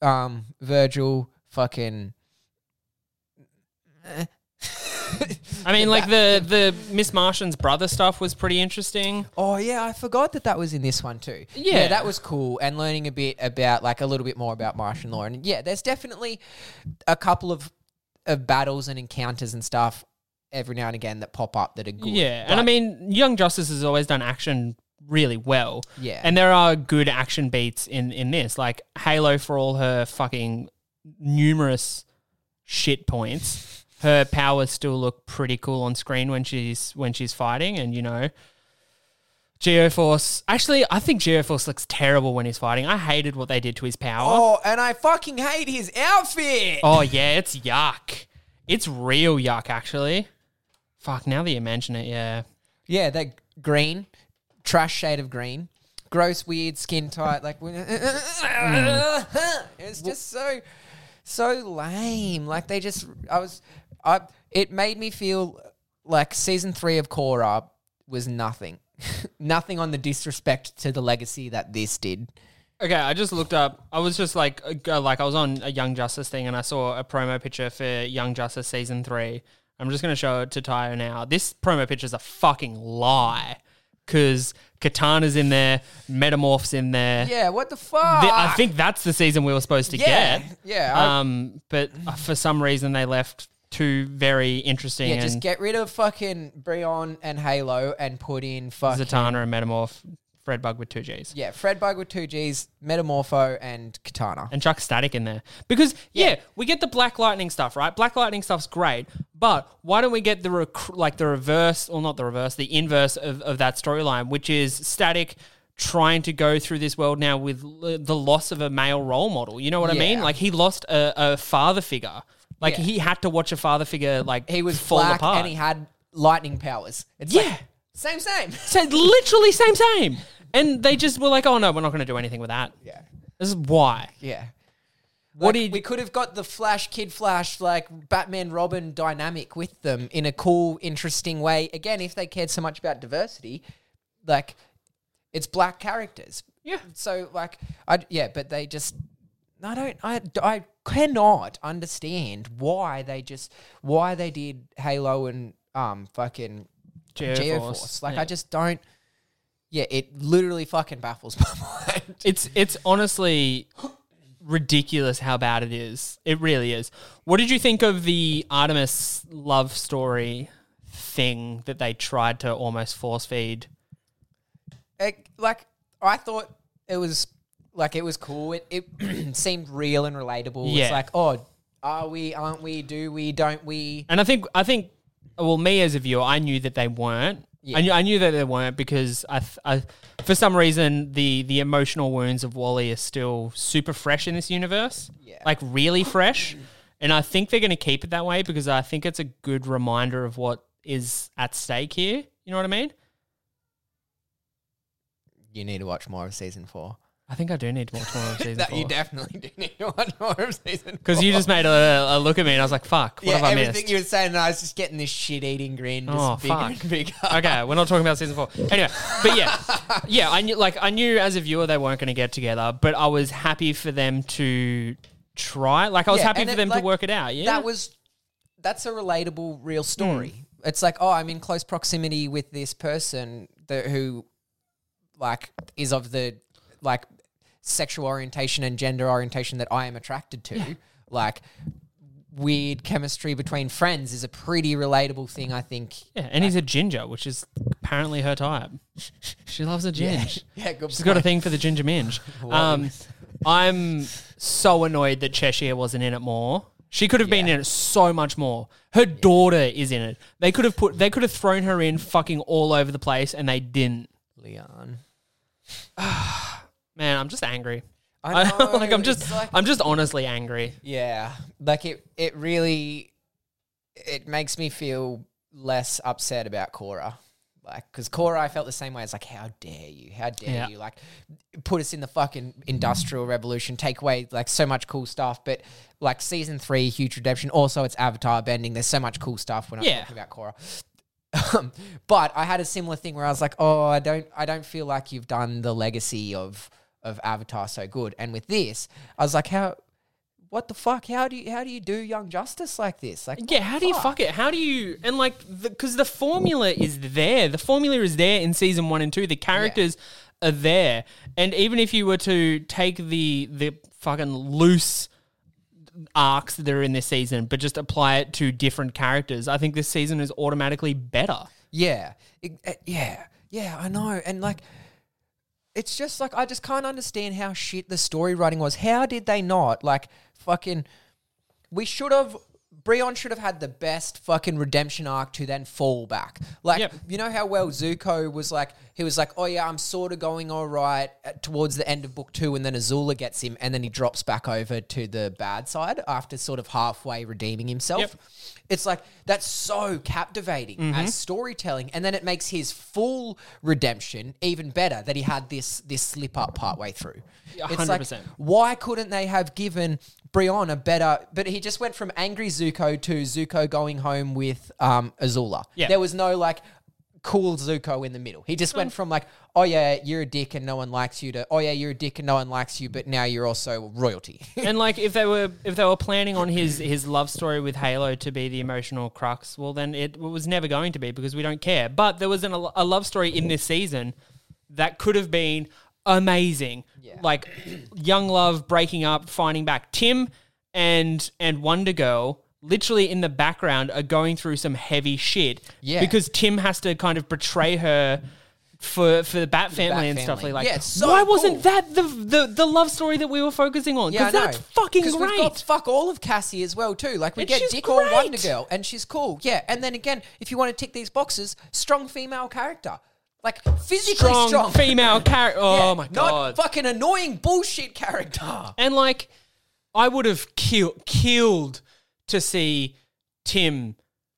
um, Virgil, fucking. I mean, like the, the Miss Martian's brother stuff was pretty interesting. Oh yeah, I forgot that that was in this one too. Yeah. that was cool, and learning a bit about like a little bit more about Martian law, and yeah, there's definitely a couple of of battles and encounters and stuff every now and again that pop up that are good. Yeah. and I Like, mean, Young Justice has always done action really well. Yeah. And there are good action beats in in this. Like Halo for all her fucking numerous shit points, her powers still look pretty cool on screen when she's when she's fighting and you know Geoforce. Actually, I think Geoforce looks terrible when he's fighting. I hated what they did to his power. oh, and I fucking hate his outfit. oh yeah, it's yuck. It's real yuck actually. Fuck, now that you mention it, yeah. Yeah, that green, trash shade of green, gross, weird, skin tight. Like, we- it's just so, so lame. Like they just, I was, I. It made me feel like season three of Korra was nothing, [LAUGHS] nothing on the disrespect to the legacy that this did. Okay, I just looked up. I was just like, uh, go- like I was on a Young Justice thing, and I saw a promo picture for Young Justice season three. I'm just gonna show it to Tayo now. This promo picture is a fucking lie, because Katana's in there, Metamorph's in there. Yeah, what the fuck? Th- I think that's the season we were supposed to Yeah, get. yeah, I- Um, but uh, for some reason they left two very interesting Yeah, and just get rid of fucking Breon and Halo and put in fucking Zatanna and Metamorph, Fred Bug with two Gs. yeah, Fred Bug with two G's, Metamorpho and Katana. and chuck static in there because yeah. we get the black lightning stuff right black lightning stuff's great but why don't we get the rec- like the reverse or not the reverse the inverse of, of that storyline which is static trying to go through this world now with l- the loss of a male role model you know what i mean Yeah. like he lost a, a father figure like Yeah. he had to watch a father figure like he was fall black apart and he had lightning powers. It's yeah like, [LAUGHS] same, same. so literally same same and they just were like oh no we're not going to do anything with that Yeah, this is why yeah. What Like, did- we could have got the Flash, Kid Flash, like Batman, Robin dynamic with them in a cool, interesting way. Again, if they cared so much about diversity, like it's black characters. Yeah. So like, I yeah, but they just. I don't. I, I cannot understand why they just why they did Halo and um fucking Geoforce. Like Yeah. I just don't. Yeah, it literally fucking baffles [LAUGHS] my mind. It's it's honestly ridiculous how bad it is. It really is. What did you think of the Artemis love story thing that they tried to almost force feed? It- like I thought it was like it was cool. It it [CLEARS THROAT] seemed real and relatable. Yeah. It's like oh, are we? Aren't we? Do we? Don't we? And I think I think well, me as a viewer, I knew that they weren't. I knew I knew that they weren't because I, th- I for some reason the the emotional wounds of Wally are still super fresh in this universe. Yeah. Like really fresh. And I think they're going to keep it that way because I think it's a good reminder of what is at stake here. You know what I mean? [LAUGHS] You need to watch more of season four. I think I do need to watch more of season [LAUGHS] That four. you definitely do need to watch more of [LAUGHS] season Because you four. just made a, a look at me and I was like, fuck, what yeah, have I everything missed? you were saying, and I was just getting this shit-eating grin, just Oh, bigger fuck. and bigger. okay, we're not talking about season four. Anyway, but yeah, yeah, I knew like I knew as a viewer they weren't going to get together, but I was happy for them to try. Like I was Yeah, happy and for it, them like, to work it out. Yeah, Hmm. That was that's a relatable real story. It's like, oh, I'm in close proximity with this person that who like is of the like sexual orientation and gender orientation that I am attracted to. Like weird chemistry between friends is a pretty relatable thing, I think. yeah, and he's a ginger, which is apparently her type. [LAUGHS] She loves a ginge. Yeah, good She's got a thing for the ginger [LAUGHS] minge. Um, I'm so annoyed that Cheshire wasn't in it more. She could have been in it so much more. Her daughter is in it. They could have put. They could have thrown her in fucking all over the place, and they didn't. Leon. Man, I'm just angry. I know, [LAUGHS] like I'm it's just like- I'm just honestly angry. Yeah, like it. It really, it makes me feel less upset about Cora. Like, because Cora, I felt the same way. It's like, how dare you? How dare Yeah. you? Like, put us in the fucking industrial revolution, take away like so much cool stuff. But like season three, huge redemption. Also, it's Avatar bending. There's so much cool stuff when I'm Yeah. talking about Cora. Um, [LAUGHS] but I had a similar thing where I was like, "Oh, I don't, I don't feel like you've done the legacy of of Avatar so good." And with this, I was like, "How? What the fuck? How do you how do you do Young Justice like this? Like, Yeah, how do you fuck it? How do you and like because the, formula is there. The formula is there in season one and two. The characters are there, and even if you were to take the the fucking loose arcs that are in this season, but just apply it to different characters, I think this season is automatically better. yeah, It- uh, yeah, yeah. I know." And like, it's just like I just can't understand how shit the story writing was. How did they not like fucking? We should have. Breon should have had the best fucking redemption arc to then fall back. Like Yep. you know how well Zuko was like he was like, "Oh yeah, I'm sort of going all right uh, towards the end of book 2 and then Azula gets him and then he drops back over to the bad side after sort of halfway redeeming himself." Yep. It's like that's so captivating as storytelling and then it makes his full redemption even better that he had this this slip up part way through. It's like 100%. why couldn't they have given Brion a better? But he just went from angry Zuko to Zuko going home with um, Azula. Yeah. There was no like cool Zuko in the middle. He just went Mm. from like, oh yeah, you're a dick and no one likes you to, oh yeah, you're a dick and no one likes you, but now you're also royalty. [LAUGHS] [LAUGHS] and like if they were if they were planning on his his love story with Halo to be the emotional crux, well then it was never going to be because we don't care. But there was an, a love story in this season that could have been amazing, like young love breaking up, finding back. Tim and and Wonder Girl literally in the background are going through some heavy shit Yeah. because Tim has to kind of betray her. For, for the Bat family and stuff family. like that. Yeah, it's so Why wasn't cool. that the, the the love story that we were focusing on? Yeah, I Because that's know. fucking 'Cause great. We've got fuck all of Cassie as well too. Like we And get she's Dick or Wonder great. Girl, and she's cool. Yeah, and then again, if you want to tick these boxes, strong female character, like physically strong, strong, female character. Oh Yeah, my Not god! fucking annoying bullshit character. and like, I would have killed killed to see Tim,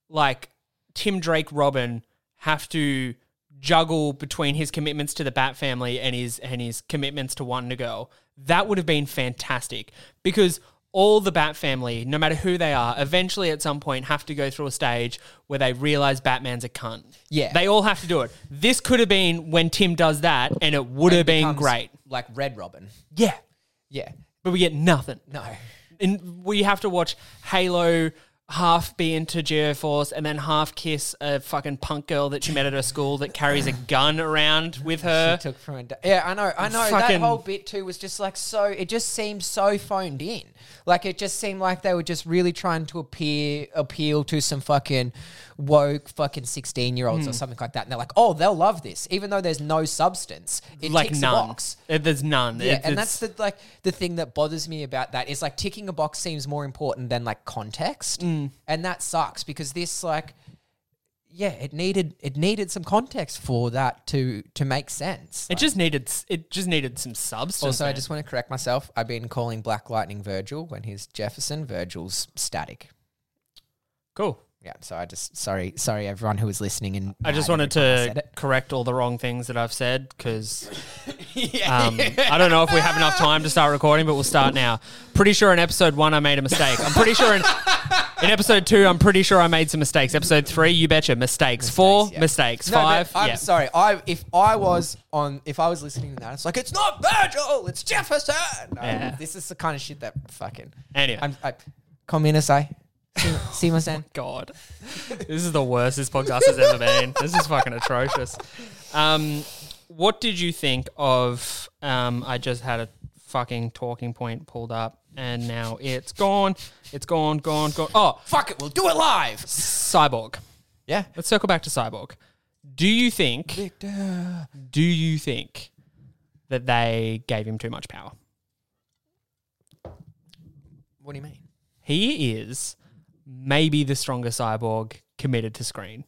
like Tim Drake Robin, have to juggle between his commitments to the Bat family and his and his commitments to Wonder Girl. That would have been fantastic because. All the Bat family, no matter who they are, eventually at some point have to go through a stage where they realize Batman's a cunt. Yeah. They all have to do it. This could have been when Tim does that and it would have been Becomes great. Like Red Robin. Yeah. Yeah. But we get nothing. No. And we have to watch Halo half be into Geoforce and then half kiss a fucking punk girl that she met at her school that carries a gun around with her. Took from a da- yeah, I know, I know. Fucking- That whole bit too was just like so. It just seemed so phoned in. Like it just seemed like they were just really trying to appear appeal to some fucking woke fucking sixteen year olds Hmm. or something like that. And they're like, oh, they'll love this, even though there's no substance. It like ticks a none. box. Uh, There's none. Yeah, It- and it's- that's the like the thing that bothers me about that is like ticking a box seems more important than like context, Mm. and that sucks because this like, yeah, it needed it needed some context for that to to make sense. it just needed s- it just needed some substance. also, I man. just want to correct myself. I've been calling Black Lightning Virgil when he's Jefferson. Virgil's static. cool. Yeah, so I just sorry, sorry everyone who was listening and I just mad wanted every time I said to it. correct all the wrong things that I've said [LAUGHS] because um, I don't know if we have enough time to start recording, but we'll start now. Pretty sure in episode one I made a mistake. I'm pretty [LAUGHS] sure in, in episode two I'm pretty sure I made some mistakes. Episode three, you betcha, mistakes. Four, yeah. Oh, mistakes. No, but Five, I'm yeah. sorry. I if I was on if I was listening to that, it's like it's not Virgil, it's Jefferson. No, Yeah. This is the kind of shit that fucking Anyway. I'm, I, communist. I see my son. God, this is the worst this podcast has ever been. This is fucking atrocious. Um, what did you think of? Um, I just had a fucking talking point pulled up, and now it's gone. It's gone, gone, gone. Oh, [LAUGHS] Fuck it, we'll do it live. cyborg. Yeah. Let's circle back to cyborg. Do you think? Do you think that they gave him too much power? What do you mean? He is maybe the strongest cyborg committed to screen.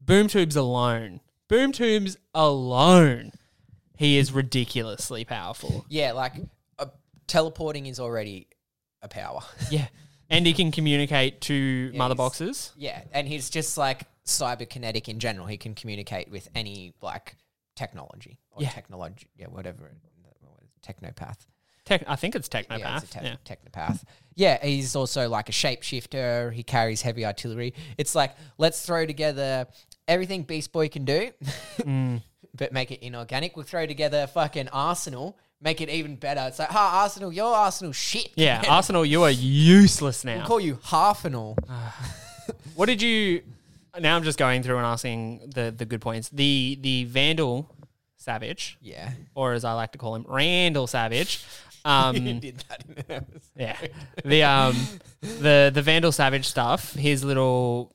Boom tubes alone. Boom tubes alone. He is ridiculously powerful. [LAUGHS] Yeah, like uh, teleporting is already a power. [LAUGHS] Yeah. And he can communicate to mother he's- boxes. yeah, and he's just like cyberkinetic in general. He can communicate with any like technology or Yeah. technology, yeah, whatever. what is it, Technopath. Tech, I think it's technopath. Yeah, Yeah, he's a tech technopath. Yeah, he's also like a shapeshifter. He carries heavy artillery. It's like let's throw together everything Beast Boy can do, [LAUGHS] Mm. but make it inorganic. We'll throw together fucking Arsenal, make it even better. It's like, ha, Arsenal, your Arsenal shit. yeah. [LAUGHS] Arsenal, you are useless We'll now. call you Harfenal. Ah. What did you? Now I'm just going through and asking the the good points. The the Vandal Savage, Yeah. or as I like to call him, Randall Savage. [LAUGHS] Um, Did that in an episode. Yeah. The um the the Vandal Savage stuff, his little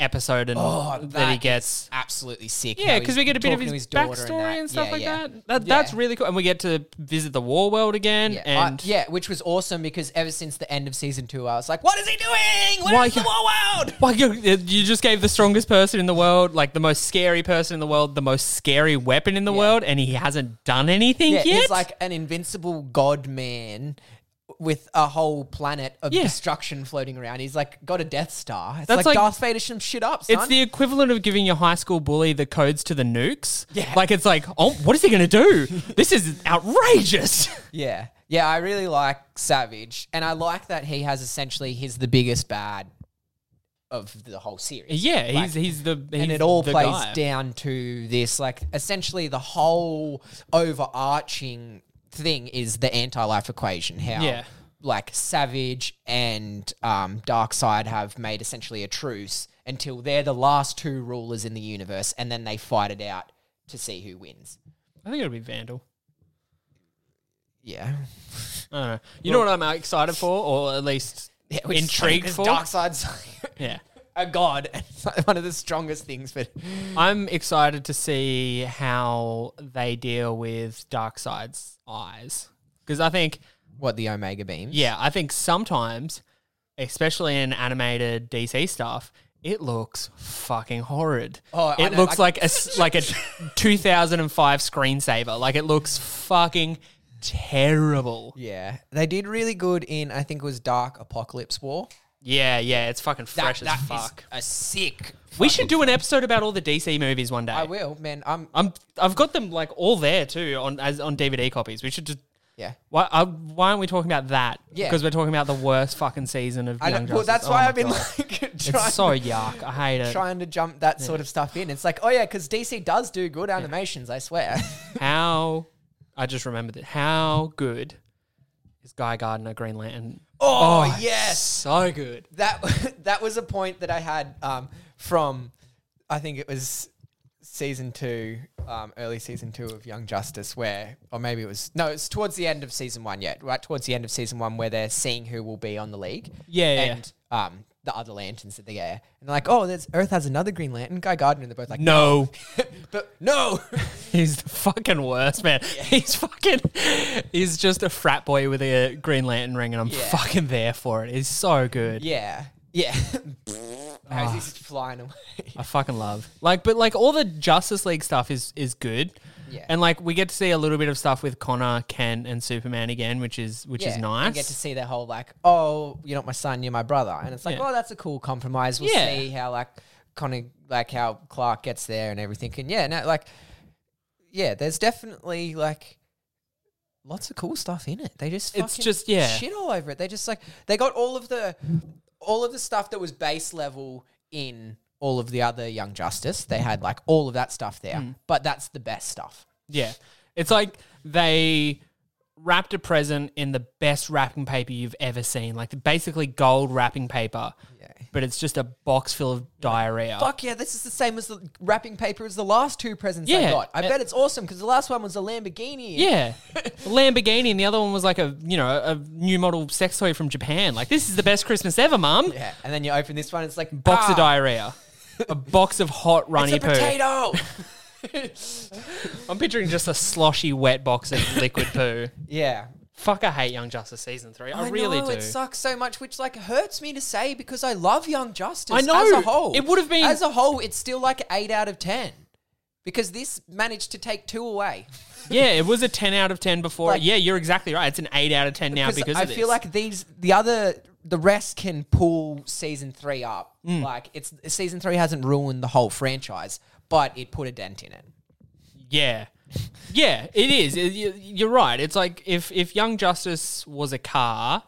episode and that, Oh, that he gets. Absolutely sick. Yeah, how because he's we get a bit of talking his, to daughter backstory and, stuff Yeah, like yeah. that. that Yeah. That's really cool. And we get to visit the war world again. Yeah, [LAUGHS] I- and yeah, which was awesome because ever since the end of season two, I was like, "What is he doing? What Why is the you- war world?" Well, you, you just gave the strongest person in the world, like the most scary person in the world, the most scary weapon in the world, and he hasn't done anything [LAUGHS] Yeah, yet. he's like an invincible god man with a whole planet of Yeah. destruction floating around. He's like got a Death Star. It's That's like, like- Darth Vader some shit up, son. It's the equivalent of giving your high school bully the codes to the nukes. Yeah. Like it's like, oh, what is he going to do? this is outrageous. [LAUGHS] yeah, yeah. I really like Savage, and I like that he has essentially he's the biggest bad of the whole series. Yeah, Like, he's he's the he's and it all the plays guy. down to this like essentially the whole overarching thing is the anti-life equation how Yeah. like savage and um, dark side have made essentially a truce until they're the last two rulers in the universe and then they fight it out to see who wins I think it'll be Vandal. [LAUGHS] yeah, I don't know. You know what I'm uh, excited for, or at [LAUGHS] least which is funny intrigued 'cause for. dark side's Yeah, [LAUGHS] a god [LAUGHS] and it's like one of the strongest things but I'm excited to see how they deal with Darkseid's eyes because I think [LAUGHS] what the omega beam yeah, I think sometimes, especially in animated DC stuff. It looks fucking horrid. Oh, I it know, looks like- like a [LAUGHS] s- like a 2005 screensaver. Like it looks fucking terrible. yeah they did really good in i think it was dark apocalypse war Yeah, yeah, it's fucking fresh that as is fuck. a sick We should do an episode about all the DC movies one day. I will, man. I'm. I'm I've got them like all there too on as on DVD copies. We should just yeah. why I, why aren't we talking about that? Yeah. because we're talking about the worst fucking season of I Young don't, well, Justice. that's Oh why my I've been [LAUGHS] God. like trying, It's so yuck. I hate it. trying to jump that sort of stuff in. It's like, oh yeah, because DC does do good animations. I swear. How I just remembered it. How good is Guy Gardner Green Lantern? [LAUGHS] Oh, it's yes. so good. that [LAUGHS] that was a point that I had um, from, I think it was season two, um, early season two of Young Justice, where or maybe it was no, it's towards the end of season one yet, right towards the end of season one, where they're seeing who will be on the league. Yeah, yeah. and um, the other lanterns that they get, and they're like, oh, there's Earth has another Green Lantern, Guy Gardner, and they're both like, No, [LAUGHS] but no. he's the fucking worst man. He's fucking. He's just a frat boy with a Green Lantern ring, and I'm Yeah. fucking there for it. He's so good. Yeah. Yeah. [LAUGHS] Ah. As he's flying away. [LAUGHS] I fucking love. Like, but like all the Justice League stuff is is good. Yeah. And like we get to see a little bit of stuff with Connor, Ken, and Superman again, which is which is Yeah, nice. You get to see their whole like, oh, you're not my son, you're my brother, and it's like, Yeah. oh, that's a cool compromise. We'll Yeah. see how like Connie, like how Clark gets there and everything. And yeah, no, like, yeah, there's definitely like lots of cool stuff in it. They just It's fucking just- yeah. shit all over it. They just like they got all of the all of the stuff that was base level in all of the other Young Justice. They had like all of that stuff there, Mm. but that's the best stuff. Yeah. It's like they wrapped a present in the best wrapping paper you've ever seen, like basically gold wrapping paper. But it's just a box full of diarrhea. Fuck yeah, this is the same as the wrapping paper as the last two presents Yeah. I got. I Uh, bet it's awesome because the last one was a Lamborghini. Yeah. [LAUGHS] Lamborghini and the other one was like a, you know, a new model sex toy from Japan. Like this is the best Christmas ever, mum. Yeah. And then you open this one, it's like Box ah, of diarrhea. A box of hot runny It's a poo. [LAUGHS] potato. I'm picturing just a sloshy wet box of liquid poo. yeah. Fuck, I hate Young Justice season three. I, really know, do. It sucks so much, which like hurts me to say because I love Young Justice. I know. As a whole, It would've been- As a whole, it's still like eight out of ten because this managed to take two away. Yeah, it was a 10 out of 10 before. Like- yeah, you're exactly right. It's an 8 out of 10 now because I of this. feel like these the other the rest can pull season three up. Mm. Like it's season three hasn't ruined the whole franchise, but it put a dent in it. Yeah. Yeah, it is. It- you- You're right. It's like if, if Young Justice was a car,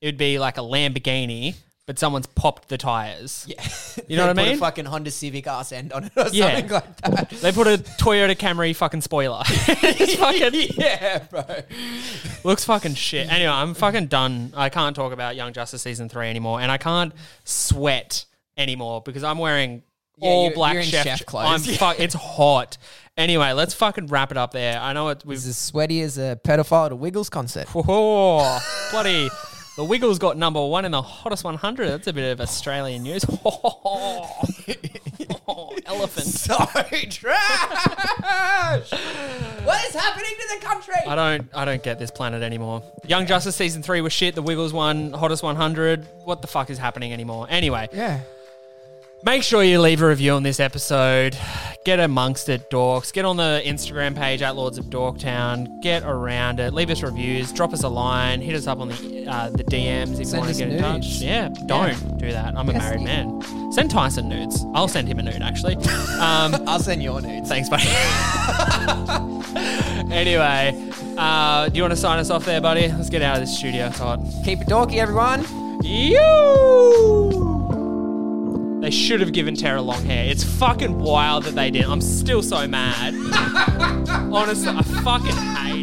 it would be like a Lamborghini, but someone's popped the tires. [LAUGHS] You know They what I put mean? A fucking Honda Civic ass end on it or Yeah. something like that. They put a Toyota Camry fucking spoiler. [LAUGHS] it's fucking, [LAUGHS] yeah, bro. looks fucking shit. Anyway, I'm fucking done. I can't talk about Young Justice season three anymore, and I can't sweat anymore because I'm wearing Yeah, all you're- black you're in chef, chef I'm clothes. [LAUGHS] fu- it's hot. Anyway, let's fucking wrap it up there. I know it. We've He's as sweaty as a pedophile at a Wiggles [LAUGHS] concert. Whoa, bloody. The Wiggles got number one in the hottest 100. That's a bit of Australian news. [LAUGHS] Elephant. So trash. what is happening to the country? I don't, I don't get this planet anymore. Young Justice season three was shit. The Wiggles won hottest 100. What the fuck is happening anymore? Anyway, Yeah. Make sure you leave a review on this episode. Get amongst it, dorks. Get on the Instagram page at Lords of Dorktown. Get around it. Leave us reviews. Drop us a line. Hit us up on the uh, the DMs if Send you want us to get in nudes. touch. Yeah, don't do that. I'm a married man. Send Tyson nudes. I'll send him a nude [LAUGHS] actually. Um, I'll send your nudes. thanks, buddy. [LAUGHS] anyway, uh, do you want to sign us off there, buddy? Let's get out of this studio. It's hot. Keep it dorky, everyone. You. They should have given Tara long hair. It's fucking wild that they did. I'm still so mad. Honestly, I fucking hate.